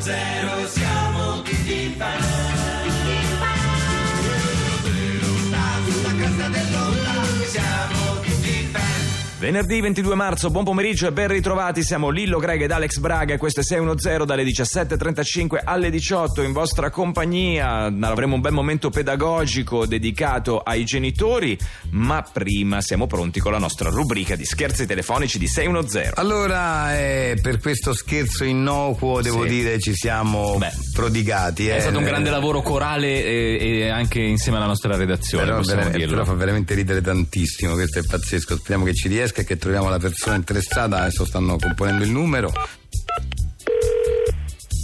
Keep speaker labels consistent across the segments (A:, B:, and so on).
A: zero siamo tutti fan. Sulla cresta dell'onda siamo tutti fan.
B: Venerdì 22 marzo, buon pomeriggio e ben ritrovati. Siamo Lillo Greg ed Alex Braga e questo è 610 dalle 17.35 alle 18 in vostra compagnia. Avremo un bel momento pedagogico dedicato ai genitori, ma prima siamo pronti con la nostra rubrica di scherzi telefonici di 610.
C: Allora, eh, per questo scherzo innocuo, devo
D: Sì.
C: dire, ci siamo
D: Beh.
C: prodigati. eh.
D: È stato un grande lavoro corale e, e anche insieme alla nostra redazione,
C: Però,
D: possiamo
C: vera-
D: dirlo.
C: però fa veramente ridere tantissimo, questo è pazzesco. Speriamo che ci riesca e che troviamo la persona interessata. Adesso stanno componendo il numero.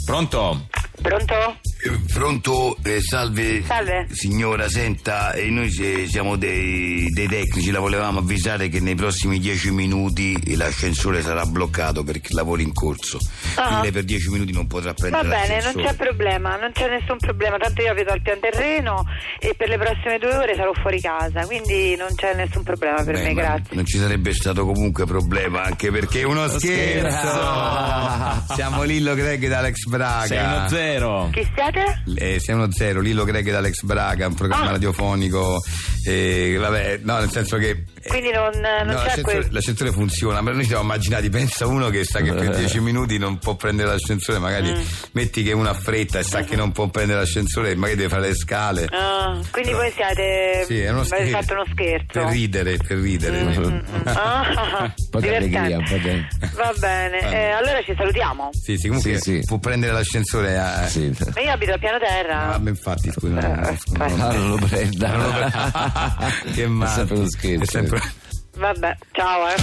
D: Pronto?
E: Pronto?
C: Eh, pronto, Eh, salve.
E: Salve.
C: Signora, senta, noi siamo dei, tecnici, la volevamo avvisare che nei prossimi dieci minuti l'ascensore sarà bloccato perché lavori in corso.
E: Ah. Quindi lei
C: per dieci minuti non potrà
E: Va
C: prendere
E: bene, non c'è problema, non c'è nessun problema, tanto io abito al pian terreno e per le prossime due ore sarò fuori casa, quindi non c'è nessun problema per
C: Beh,
E: me,
C: ma
E: grazie.
C: Non ci sarebbe stato comunque problema, anche perché è uno scherzo. Siamo Lillo Greg ed Alex Braga.
D: 610.
E: Chi siete?
C: Eh, siamo uno zero, Lillo Greg ed Alex Braga, un programma
E: Ah.
C: radiofonico. eh, vabbè, no, nel senso che. eh,
E: Quindi non, non
C: no,
E: c'è
C: l'ascensore,
E: questo.
C: l'ascensore funziona, però noi siamo immaginati, pensa uno che sa che per dieci minuti non può prendere l'ascensore, magari
E: Mm.
C: metti che uno ha fretta e sa che non può prendere l'ascensore, magari deve fare le scale.
E: Ah, quindi voi siete.
C: Sì, è uno
E: avete
C: scherzo.
E: fatto uno scherzo. Mm,
C: Per ridere, per ridere.
E: Ah,
F: po' di
E: divertente.
F: allegria, un po' di-
E: Va bene,
C: Ah.
E: eh, allora ci salutiamo.
C: Sì, sì, comunque
F: Sì, sì.
C: può prendere l'ascensore a...
F: Sì.
E: Ma Io abito al piano terra.
C: Ah, beh, infatti, scusa.
E: Eh,
C: no, scusa, no.
F: Ah, non lo prenda.
C: Non lo pre- che male.
F: È sempre uno scherzo.
E: Vabbè, ciao eh.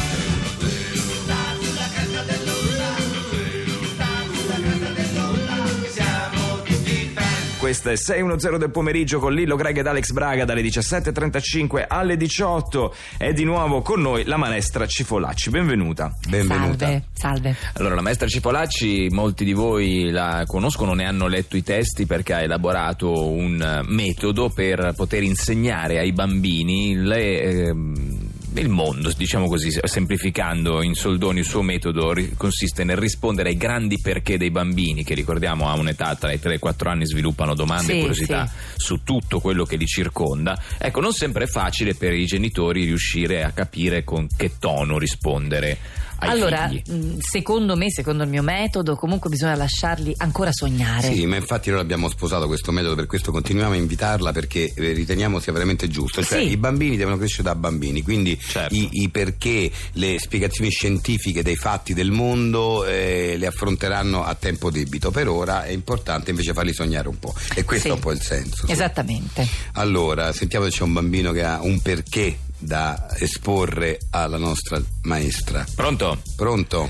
B: Questa è 610 del pomeriggio con Lillo Greg ed Alex Braga dalle 17.35 alle 18 e di nuovo con noi la maestra Cifolacci. Benvenuta.
C: Benvenuta.
G: Salve, salve.
D: Allora, la maestra Cipolacci, molti di voi la conoscono, ne hanno letto i testi perché ha elaborato un eh, metodo per poter insegnare ai bambini le, ehm, il mondo, diciamo così, semplificando in soldoni il suo metodo ri- consiste nel rispondere ai grandi perché dei bambini che ricordiamo a un'età tra i 3 e i 4 anni sviluppano domande e
G: Sì,
D: curiosità
G: sì.
D: su tutto quello che li circonda. Ecco, non sempre è facile per i genitori riuscire a capire con che tono rispondere ai
G: allora,
D: figli.
G: mh, secondo me, secondo il mio metodo, comunque bisogna lasciarli ancora sognare.
C: Sì, ma infatti noi abbiamo sposato questo metodo, per questo continuiamo a invitarla perché eh, riteniamo sia veramente giusto. Cioè,
G: Sì.
C: i bambini devono crescere da bambini, quindi
D: Certo.
C: i, i perché, le spiegazioni scientifiche dei fatti del mondo eh, le affronteranno a tempo debito. Per ora è importante invece farli sognare un po'. E questo
G: Sì.
C: è un po' il senso. sì.
G: Esattamente.
C: Allora, sentiamo se c'è un bambino che ha un perché da esporre alla nostra maestra.
D: Pronto?
C: Pronto?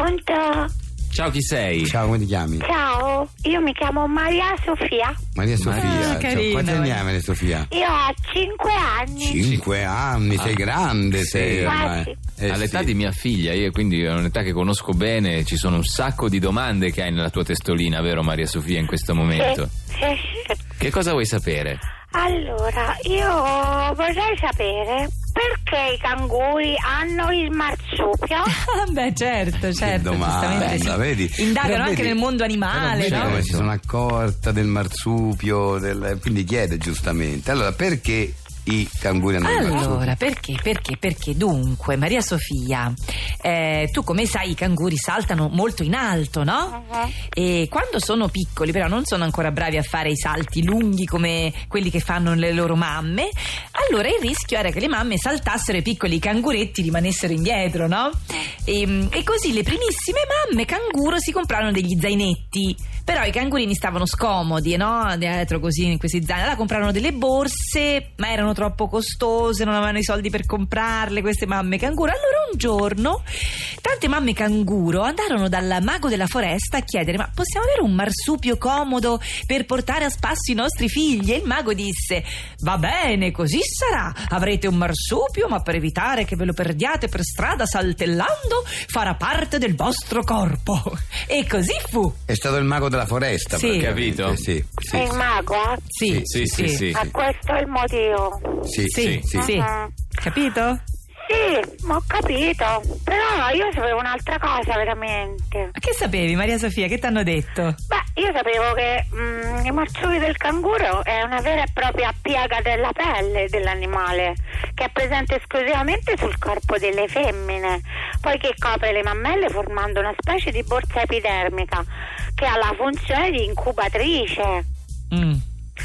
H: Pronto?
D: Ciao, chi sei?
C: Ciao, come ti chiami?
H: Ciao, io mi chiamo Maria Sofia.
C: Maria Sofia.
G: Ah,
C: Ciao,
G: carina,
C: quanti anni
G: Maria.
C: hai Maria Sofia?
H: Io ho 5 anni.
C: Cinque anni,
G: Ah.
C: sei grande, sei ormai.
H: Quasi.
C: Eh,
D: All'età
C: sì.
D: di mia figlia, io quindi è un'età che conosco bene, ci sono un sacco di domande che hai nella tua testolina, vero Maria Sofia, in questo momento.
G: Eh.
H: Sì, sì, sì.
D: Che cosa vuoi sapere?
H: Eh, Allora, io vorrei sapere perché i canguri hanno il marsupio?
G: Ah, Beh, certo, certo.
C: domanda,
G: giustamente, sì.
C: vedi?
G: Indagano
C: Però
G: anche
C: vedi-
G: nel mondo animale,
C: Vedi
G: no?
C: come si sono accorta del marsupio, del- quindi chiede giustamente. Allora, perché i canguri hanno il marsupio?
G: Allora, perché, perché, perché? Dunque, Maria Sofia, eh, tu come sai i canguri saltano molto in alto, no?
H: Mhm.
G: E quando sono piccoli, però non sono ancora bravi a fare i salti lunghi come quelli che fanno le loro mamme, allora il rischio era che le mamme saltassero e i piccoli canguretti rimanessero indietro, no? Ehm, E, e così le primissime mamme canguro si comprarono degli zainetti. Però i cangurini stavano scomodi, no? Dietro così in questi zaini. Allora comprarono delle borse, ma erano troppo costose, non avevano i soldi per comprarle queste mamme canguro. Allora un giorno tante mamme canguro andarono dal mago della foresta a chiedere: "Ma possiamo avere un marsupio comodo per portare a spasso i nostri figli?" E il mago disse: "Va bene, così sarà. Avrete un marsupio, ma per evitare che ve lo perdiate per strada saltellando, farà parte del vostro corpo." E così fu.
C: È stato il mago della foresta,
G: Sì.
C: praticamente.
D: Capito?
C: Sì, sì,
H: il mago? eh?
G: Sì,
D: Sì, sì, sì.
H: Ma questo è il motivo.
C: sì,
G: Sì,
C: sì.
G: sì.
H: Mhm.
G: Capito?
H: Sì, ma ho capito. Però io sapevo un'altra cosa veramente.
G: Ma che sapevi, Maria Sofia? Che t'hanno detto?
H: Beh, Io sapevo che mm, i marsupii del canguro è una vera e propria piaga della pelle dell'animale che è presente esclusivamente sul corpo delle femmine, poiché copre le mammelle formando una specie di borsa epidermica che ha la funzione di incubatrice.
G: Mm.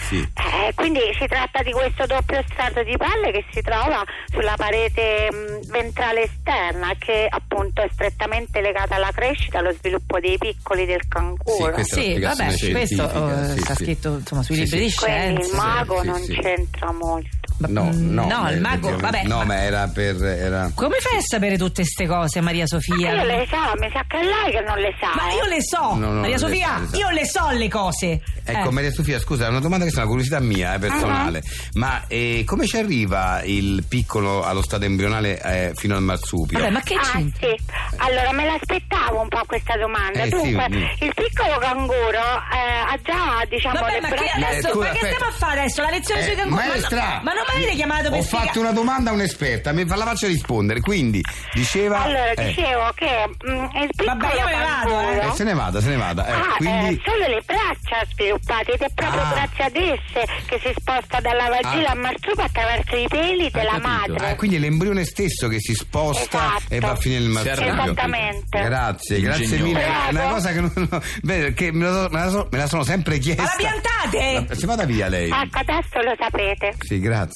C: Sì.
H: Eh, quindi si tratta di questo doppio strato di pelle che si trova sulla parete mh, ventrale esterna che appunto è strettamente legata alla crescita e allo sviluppo dei piccoli del canguro.
C: Questa è la
G: Sì,
C: spiegazione
G: vabbè, questo
C: scientifica,
G: eh,
C: sì,
G: sta
C: sì.
G: scritto insomma sui
C: Sì,
G: libri
C: sì.
G: di
H: quindi il
G: scienza.
H: mago
C: sì,
H: non
C: sì.
H: c'entra molto.
C: No, no,
G: mm, No, il
C: eh,
G: mago,
C: effettivamente.
G: vabbè.
C: No,
G: ma-
C: ma era per. Era...
G: Come fai a sapere tutte queste cose, Maria
H: Ma
G: Sofia?
H: io le so, mi sa che è lei che non le sa.
G: Ma
H: eh.
G: io le so,
C: No, no,
G: Maria
C: le so,
G: Sofia,
C: le so.
G: io le so le cose.
C: Ecco,
G: Eh. Ah.
C: Maria Sofia, scusa, è una domanda che è una curiosità mia, eh, personale. Ma eh, come ci arriva il piccolo allo stato embrionale eh, fino al marsupio?
G: Vabbè, ma che
H: Ah
G: c'entra?
H: sì, allora me l'aspettavo un po' questa domanda.
C: Eh, sì,
H: Dunque,
C: mm.
H: il piccolo canguro eh, ha già diciamo
G: Vabbè,
H: le
G: ma
H: braccia
G: che
C: Ma,
G: adesso?
C: scusa,
G: ma che
C: aspetta.
G: stiamo a fare adesso? La lezione
C: Eh,
G: sui canguri? Ma,
C: maestra,
G: no- ma non mi avete chiamato per
C: Ho
G: spiegare-
C: fatto una domanda a un'esperta, mi fa la faccia rispondere. Quindi diceva.
H: Allora,
C: eh,
H: dicevo che mm, il piccolo
G: Vabbè, io me ne vado,
H: canguro-
C: eh, se ne vada, se ne vada. eh,
H: Ah,
C: quindi-
H: eh, solo le braccia sviluppate ed è proprio
C: Ah.
H: grazie ad esse che si sposta dalla vagina
C: Ah.
H: al marsupo attraverso i peli della
D: capito.
H: madre.
C: Ah, quindi è l'embrione stesso che si sposta
H: Esatto.
C: e va a finire il marsupio.
H: Esattamente.
C: Grazie, grazie
D: Ingegnoso.
C: mille. È una
H: Prego.
C: cosa che non. no, beh, perché me la, so- me la so- me la sono sempre chiesta.
G: Ma eh? la piantate!
C: Ma- Si vada via lei.
H: Ecco, adesso lo sapete.
C: Sì, grazie.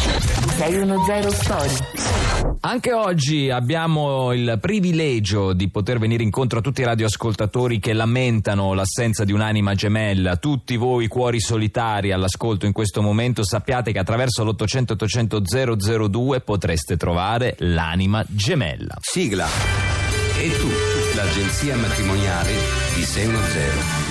F: 610 Story.
D: Anche oggi abbiamo il privilegio di poter venire incontro a tutti i radioascoltatori che lamentano l'assenza di un'anima gemella. Tutti voi cuori solitari all'ascolto in questo momento sappiate che attraverso l'800-800-002 potreste trovare l'anima gemella.
C: Sigla. E tu, l'agenzia matrimoniale di 610.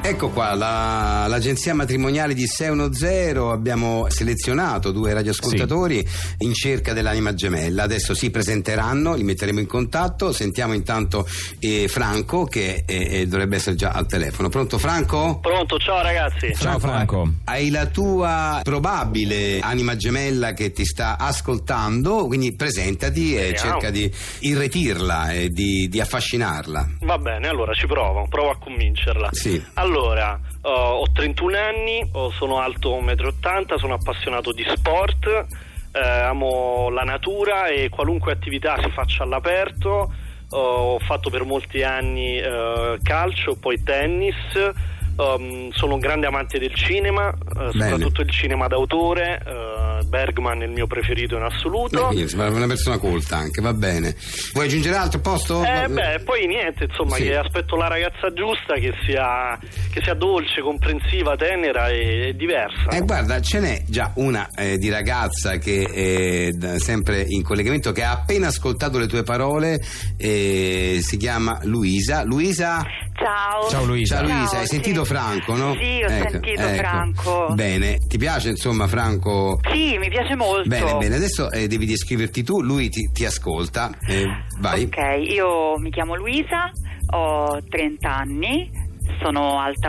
C: Ecco qua, la- l'agenzia matrimoniale di 610, abbiamo selezionato due radioascoltatori in cerca dell'anima gemella, adesso si presenteranno, li metteremo in contatto, sentiamo intanto eh, Franco che eh, eh, dovrebbe essere già al telefono. Pronto Franco?
I: Pronto, ciao ragazzi.
D: Ciao Franco.
C: Hai la tua probabile anima gemella che ti sta ascoltando, quindi presentati e
I: Speriamo.
C: cerca di irretirla e di, di affascinarla.
I: Va bene, allora ci provo, provo a convincerla.
C: Sì.
I: Allora, eh, ho 31 anni, oh, sono alto 1,80 m, sono appassionato di sport, eh, amo la natura e qualunque attività si faccia all'aperto. Oh, ho fatto per molti anni eh, calcio, poi tennis. ehm, sono un grande amante del cinema, eh, soprattutto il cinema d'autore. eh, Bergman è il mio preferito in
C: Beh,
I: assoluto.
C: quindi sembra una persona colta anche, va bene. Vuoi aggiungere altro posto?
I: Eh beh, poi niente, insomma,
C: Sì.
I: che aspetto la ragazza giusta che sia, che sia dolce, comprensiva, tenera e, e diversa.
C: Eh, guarda, ce n'è già una eh, di ragazza che è d- sempre in collegamento, che ha appena ascoltato le tue parole, eh, si chiama Luisa. Luisa?
H: Ciao.
D: Ciao, Luisa.
C: Ciao Luisa,
H: Ciao,
C: hai
H: sì.
C: sentito Franco, no?
E: Sì, ho
C: Ecco,
E: sentito
C: ecco.
E: Franco.
C: Bene, ti piace insomma Franco?
E: Sì, mi piace molto.
C: Bene, bene, adesso eh, devi descriverti tu, lui ti, ti ascolta, eh, vai.
E: Ok, io mi chiamo Luisa, ho 30 anni, sono alta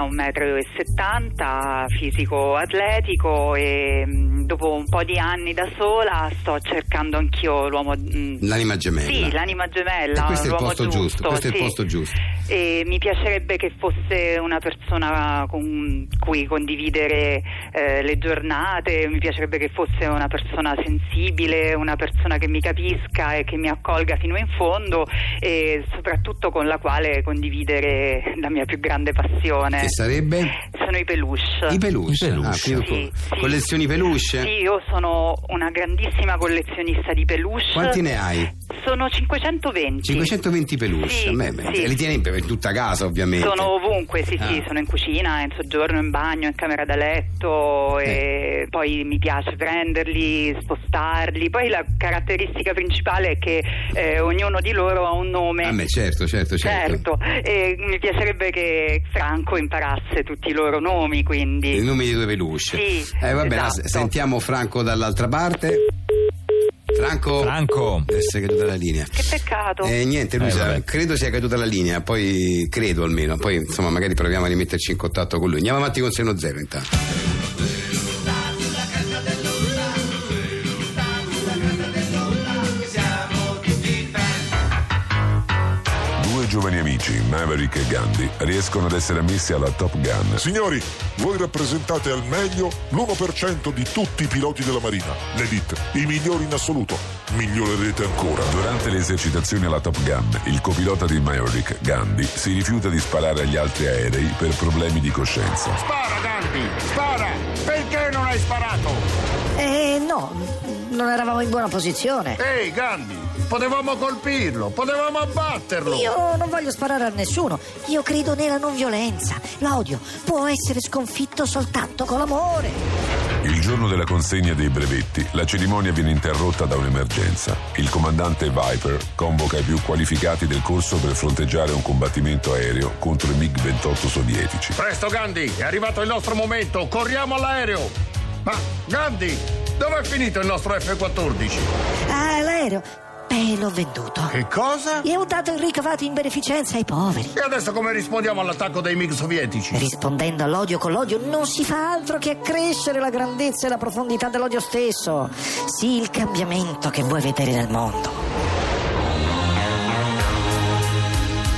E: 1,70 m, fisico atletico e mh, dopo un po' di anni da sola sto cercando anch'io l'uomo... mm, mh,
C: L'anima gemella.
E: Sì, l'anima gemella,
C: E questo è il
E: l'uomo
C: posto giusto, questo è il
E: sì.
C: posto giusto.
E: E mi piacerebbe che fosse una persona con cui condividere eh, le giornate, mi piacerebbe che fosse una persona sensibile, una persona che mi capisca e che mi accolga fino in fondo e soprattutto con la quale condividere la mia più grande passione.
C: Che sarebbe?
E: Sono i peluche.
C: I peluche.
D: I peluche.
C: Ah, quindi
E: Certo. Sì,
C: co-
E: sì.
C: Collezioni peluche?
E: Sì, io sono una grandissima collezionista di peluche.
C: Quanti ne hai?
E: Sono 520.
C: 520 peluche.
E: Sì,
C: Beh, beh,
E: sì.
C: Li tieni in, in tutta casa ovviamente.
E: Sono ovunque, sì, sì,
C: Ah.
E: sono in cucina, in soggiorno, in bagno, in camera da letto e poi mi piace prenderli, spostarli. Poi la caratteristica principale è che eh, ognuno di loro ha un nome.
C: Ah, beh, certo, certo, certo.
E: Certo, e mi piacerebbe che Franco imparasse tutti i loro nomi,
C: I
E: quindi.
C: nomi dei due peluche.
E: Sì,
C: Eh, va bene,
E: esatto.
C: ah, sentiamo Franco dall'altra parte. Franco.
D: Franco.
C: Deve essere caduta la linea.
E: Che peccato.
C: Eh, niente,
D: Eh,
C: Luisa,
D: vabbè.
C: credo sia caduta la linea, poi credo almeno, poi insomma magari proviamo a rimetterci in contatto con lui. Andiamo avanti con Seno Zero intanto.
A: siamo tutti fan.
F: giovani amici, Maverick e Gandhi, riescono ad essere ammessi alla Top Gun.
J: Signori, voi rappresentate al meglio l'1% di tutti i piloti della Marina, l'elite, i migliori in assoluto. Migliorerete ancora.
F: Durante le esercitazioni alla Top Gun, il copilota di Maverick, Gandhi, si rifiuta di sparare agli altri aerei per problemi di coscienza.
K: Spara, Gandhi! Spara! Perché non hai sparato?
G: Eh no, non eravamo in buona posizione.
K: Ehi, Gandhi! Potevamo colpirlo, potevamo abbatterlo!
G: Io non voglio sparare a nessuno. Io credo nella non violenza. L'odio può essere sconfitto soltanto con l'amore.
F: Il giorno della consegna dei brevetti, la cerimonia viene interrotta da un'emergenza. Il comandante Viper convoca i più qualificati del corso per fronteggiare un combattimento aereo contro i MiG-28 sovietici.
K: Presto, Gandhi! È arrivato il nostro momento! Corriamo all'aereo! Ma, Gandhi! Dov'è finito il nostro F-14?
G: Ah, l'aereo. Beh, Eh, l'ho venduto.
K: Che cosa?
G: E ho dato il ricavato in beneficenza ai poveri.
K: E adesso come rispondiamo all'attacco dei MiG sovietici?
G: Rispondendo all'odio con l'odio non si fa altro che accrescere la grandezza e la profondità dell'odio stesso. Sì, il cambiamento che vuoi vedere nel mondo.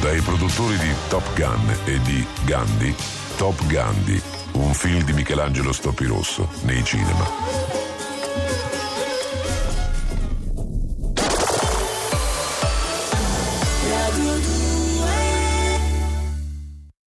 F: Dai produttori di Top Gun e di Gandhi, Top Gandhi, un film di Michelangelo Stoppirosso nei cinema.